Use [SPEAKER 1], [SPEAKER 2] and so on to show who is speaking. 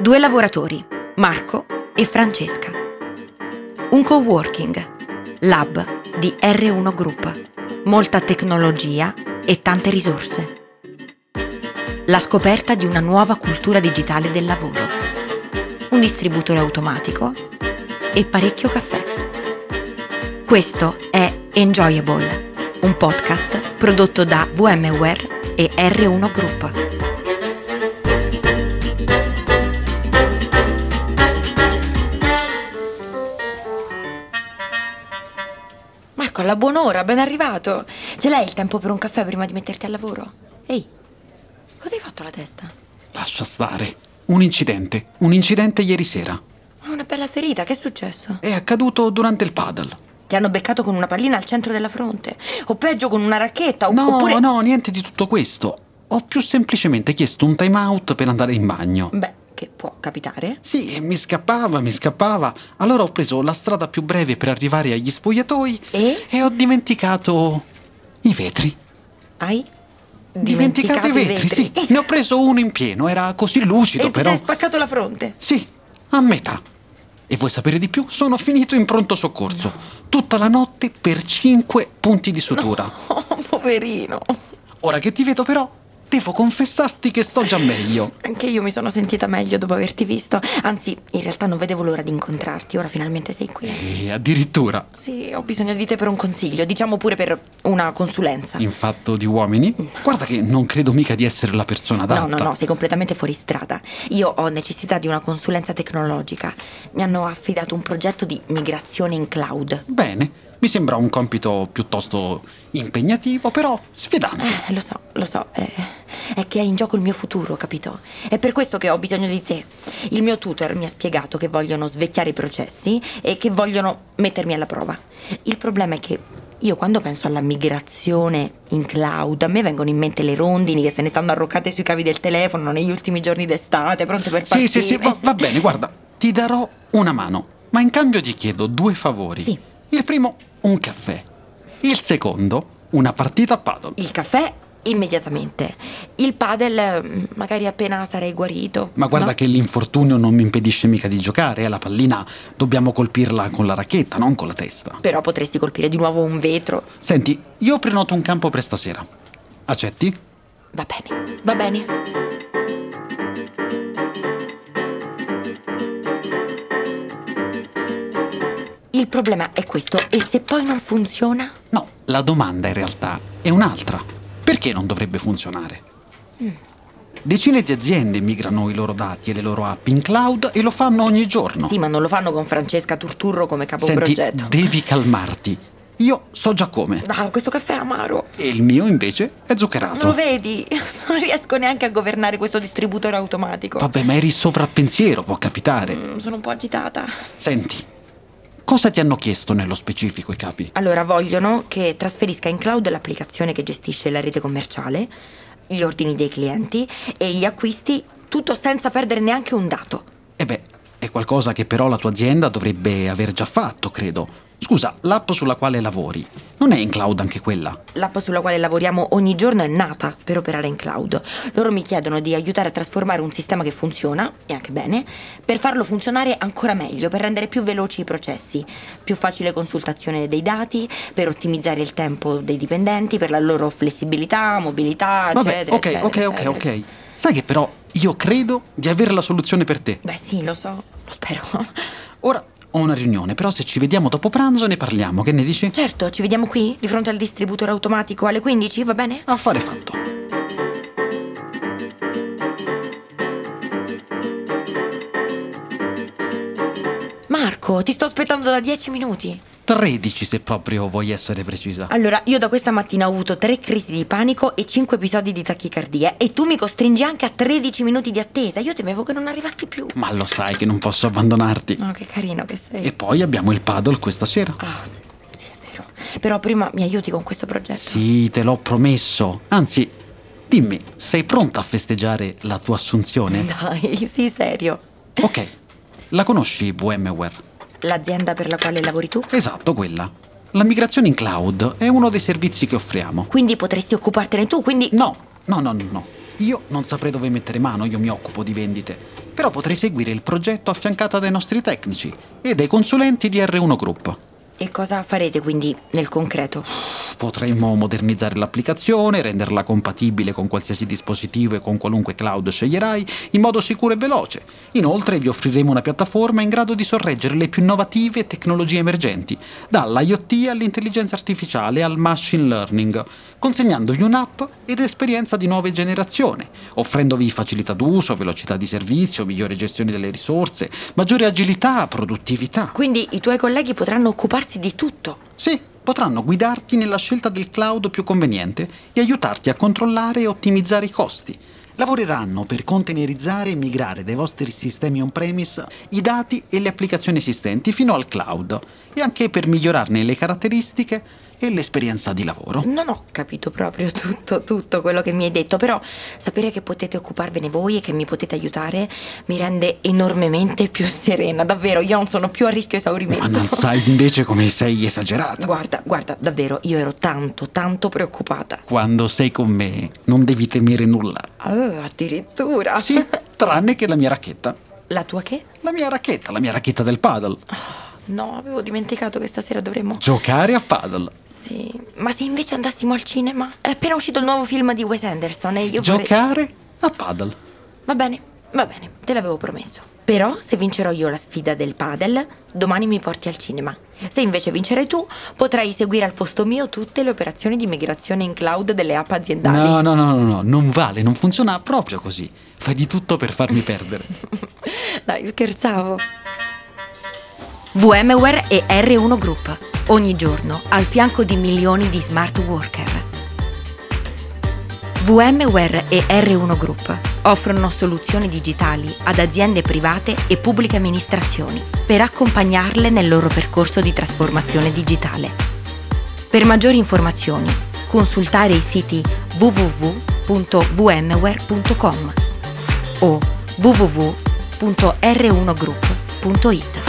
[SPEAKER 1] Due lavoratori, Marco e Francesca. Un coworking, lab di R1 Group. Molta tecnologia e tante risorse. La scoperta di una nuova cultura digitale del lavoro. Un distributore automatico e parecchio caffè. Questo è Enjoyable, un podcast prodotto da VMware e R1 Group.
[SPEAKER 2] Marco, alla buon'ora, ben arrivato. Ce l'hai il tempo per un caffè prima di metterti al lavoro? Ehi, cosa hai fatto alla testa?
[SPEAKER 3] Lascia stare. Un incidente. Un incidente ieri sera.
[SPEAKER 2] Ma una bella ferita, che è successo?
[SPEAKER 3] È accaduto durante il paddle.
[SPEAKER 2] Ti hanno beccato con una pallina al centro della fronte, o peggio con una racchetta, o-
[SPEAKER 3] No,
[SPEAKER 2] oppure...
[SPEAKER 3] no, niente di tutto questo. Ho più semplicemente chiesto un time out per andare in bagno.
[SPEAKER 2] Beh, che può capitare.
[SPEAKER 3] Sì, e mi scappava, mi scappava. Allora ho preso la strada più breve per arrivare agli spogliatoi
[SPEAKER 2] E?
[SPEAKER 3] ho dimenticato i vetri.
[SPEAKER 2] Hai
[SPEAKER 3] Dimenticato, i vetri, sì. Ne ho preso uno in pieno, era così lucido
[SPEAKER 2] E ti
[SPEAKER 3] però.
[SPEAKER 2] sei spaccato la fronte.
[SPEAKER 3] Sì, a metà. E vuoi sapere di più? Sono finito in pronto soccorso. Tutta la notte per 5 punti di sutura.
[SPEAKER 2] Oh, poverino.
[SPEAKER 3] Ora che ti vedo però, devo confessarti che sto già meglio.
[SPEAKER 2] Anche io mi sono sentita meglio dopo averti visto. Anzi, in realtà non vedevo l'ora di incontrarti, ora finalmente sei qui.
[SPEAKER 3] E addirittura,
[SPEAKER 2] Sì, ho bisogno di te per un consiglio, diciamo pure per una consulenza.
[SPEAKER 3] in fatto di uomini, guarda che non credo mica di essere la persona adatta.
[SPEAKER 2] No, no, no, sei completamente fuori strada. Io ho necessità di una consulenza tecnologica. Mi hanno affidato un progetto di migrazione in cloud.
[SPEAKER 3] Bene, mi sembra un compito piuttosto impegnativo, però sfidante.
[SPEAKER 2] Eh, lo so, lo so, eh, è che è in gioco il mio futuro, capito? È per questo che ho bisogno di te. Il mio tutor mi ha spiegato che vogliono svecchiare i processi e che vogliono mettermi alla prova. Il problema è che io quando penso alla migrazione in cloud, a me vengono in mente le rondini che se ne stanno arroccate sui cavi del telefono negli ultimi giorni d'estate, pronte per
[SPEAKER 3] Sì,
[SPEAKER 2] partire.
[SPEAKER 3] sì, sì, va, va bene, guarda, ti darò una mano, ma in cambio ti chiedo due favori.
[SPEAKER 2] Sì.
[SPEAKER 3] Il primo, un caffè. Il secondo, una partita a paddle.
[SPEAKER 2] Il caffè immediatamente. Il padel mm, magari appena sarei guarito.
[SPEAKER 3] Ma guarda
[SPEAKER 2] no?
[SPEAKER 3] che l'infortunio non mi impedisce mica di giocare, eh, la pallina dobbiamo colpirla con la racchetta, non con la testa.
[SPEAKER 2] Però potresti colpire di nuovo un vetro.
[SPEAKER 3] Senti, io prenoto un campo per stasera. Accetti?
[SPEAKER 2] Va bene, va bene. Il problema è questo, e se poi non funziona?
[SPEAKER 3] No, la domanda in realtà è un'altra. Perché non dovrebbe funzionare?
[SPEAKER 2] Mm.
[SPEAKER 3] Decine di aziende migrano i loro dati e le loro app in cloud e lo fanno ogni giorno.
[SPEAKER 2] Sì, ma non lo fanno con Francesca Turturro come
[SPEAKER 3] Senti,
[SPEAKER 2] capoprogetto.
[SPEAKER 3] devi calmarti. Io so già come.
[SPEAKER 2] Ah, questo caffè è amaro.
[SPEAKER 3] E il mio invece è
[SPEAKER 2] Non lo
[SPEAKER 3] zuccherato.
[SPEAKER 2] vedi? Non riesco neanche a governare questo distributore automatico.
[SPEAKER 3] Vabbè, ma eri sovrappensiero, può capitare.
[SPEAKER 2] Mm, Sono un po' agitata.
[SPEAKER 3] Senti, cosa ti hanno chiesto nello specifico i capi?
[SPEAKER 2] Allora, vogliono che trasferisca in cloud l'applicazione che gestisce la rete commerciale, gli ordini dei clienti e gli acquisti, tutto senza perdere neanche un dato.
[SPEAKER 3] Eh beh, è qualcosa che però la tua azienda dovrebbe aver già fatto, credo. Scusa, l'app sulla quale lavori non è in cloud anche quella?
[SPEAKER 2] L'app sulla quale lavoriamo ogni giorno è nata per operare in cloud. Loro mi chiedono di aiutare a trasformare un sistema che funziona, e anche bene, per farlo funzionare ancora meglio, per rendere più veloci i processi, più facile consultazione dei dati, per ottimizzare il tempo dei dipendenti, per la loro flessibilità, mobilità,
[SPEAKER 3] Vabbè,
[SPEAKER 2] eccetera.
[SPEAKER 3] ok,
[SPEAKER 2] eccetera,
[SPEAKER 3] ok, ok,
[SPEAKER 2] eccetera.
[SPEAKER 3] ok. Sai che però io credo di avere la soluzione per te.
[SPEAKER 2] Beh sì, lo so, lo spero.
[SPEAKER 3] Ora ho una riunione, però se ci vediamo dopo pranzo ne parliamo, che ne dici?
[SPEAKER 2] Certo, ci vediamo qui, di fronte al distributore automatico alle 15, va bene?
[SPEAKER 3] Affare fatto.
[SPEAKER 2] Marco, ti sto aspettando da 10 minuti.
[SPEAKER 3] 13 se proprio vuoi essere precisa.
[SPEAKER 2] Allora, io da questa mattina ho avuto 3 crisi di panico e 5 episodi di tachicardia e tu mi costringi anche a 13 minuti di attesa. Io temevo che non arrivassi più.
[SPEAKER 3] Ma lo sai che non posso abbandonarti.
[SPEAKER 2] Oh, che carino che sei.
[SPEAKER 3] E poi abbiamo il paddle questa sera.
[SPEAKER 2] Ah, sì, è vero. Però prima mi aiuti con questo progetto.
[SPEAKER 3] Sì, te l'ho promesso. Anzi, dimmi, sei pronta a festeggiare la tua assunzione?
[SPEAKER 2] Dai, sì, serio.
[SPEAKER 3] Ok, la conosci VMware?
[SPEAKER 2] L'azienda per la quale lavori tu?
[SPEAKER 3] Esatto, quella. La migrazione in cloud è uno dei servizi che offriamo.
[SPEAKER 2] Quindi potresti occupartene tu, quindi...
[SPEAKER 3] No, no, no, no, no. Io non saprei dove mettere mano, io mi occupo di vendite. Però potrei seguire il progetto affiancata dai nostri tecnici e dai consulenti di R1 Group.
[SPEAKER 2] E cosa farete quindi nel concreto?
[SPEAKER 3] Potremmo modernizzare l'applicazione, renderla compatibile con qualsiasi dispositivo e con qualunque cloud sceglierai, in modo sicuro e veloce. Inoltre vi offriremo una piattaforma in grado di sorreggere le più innovative tecnologie emergenti, dall'IoT all'intelligenza artificiale al machine learning, consegnandovi un'app ed esperienza di nuova generazione, offrendovi facilità d'uso, velocità di servizio, migliore gestione delle risorse, maggiore agilità, produttività.
[SPEAKER 2] Quindi i tuoi colleghi potranno occuparsi di tutto.
[SPEAKER 3] Sì, potranno guidarti nella scelta del cloud più conveniente e aiutarti a controllare e ottimizzare i costi. Lavoreranno per containerizzare e migrare dai vostri sistemi on-premise i dati e le applicazioni esistenti fino al cloud e anche per migliorarne le caratteristiche e l'esperienza di lavoro.
[SPEAKER 2] Non ho capito proprio tutto, tutto quello che mi hai detto, però sapere che potete occuparvene voi e che mi potete aiutare mi rende enormemente più serena, davvero, io non sono più a rischio esaurimento.
[SPEAKER 3] Ma non sai invece come sei esagerata.
[SPEAKER 2] Guarda, guarda, davvero, io ero tanto, tanto preoccupata.
[SPEAKER 3] Quando sei con me non devi temere nulla.
[SPEAKER 2] Ah, addirittura.
[SPEAKER 3] Sì, tranne che la mia racchetta.
[SPEAKER 2] La tua che?
[SPEAKER 3] La mia racchetta, la mia racchetta del paddle.
[SPEAKER 2] No, avevo dimenticato che stasera dovremmo...
[SPEAKER 3] Giocare a paddle.
[SPEAKER 2] Sì, ma se invece andassimo al cinema? È appena uscito il nuovo film di Wes Anderson e io vorrei...
[SPEAKER 3] Giocare a paddle.
[SPEAKER 2] Va bene, va bene, te l'avevo promesso. Però se vincerò io la sfida del padel, domani mi porti al cinema. Se invece vincerai tu, potrai seguire al posto mio tutte le operazioni di migrazione in cloud delle app aziendali.
[SPEAKER 3] No, no, no, no, no, non vale, non funziona proprio così. Fai di tutto per farmi perdere.
[SPEAKER 2] Dai, scherzavo.
[SPEAKER 1] VMware e R1 Group, ogni giorno al fianco di milioni di smart worker. VMware e R1 Group offrono soluzioni digitali ad aziende private e pubbliche amministrazioni per accompagnarle nel loro percorso di trasformazione digitale. Per maggiori informazioni, consultare i siti www.vmware.com o www.r1group.it.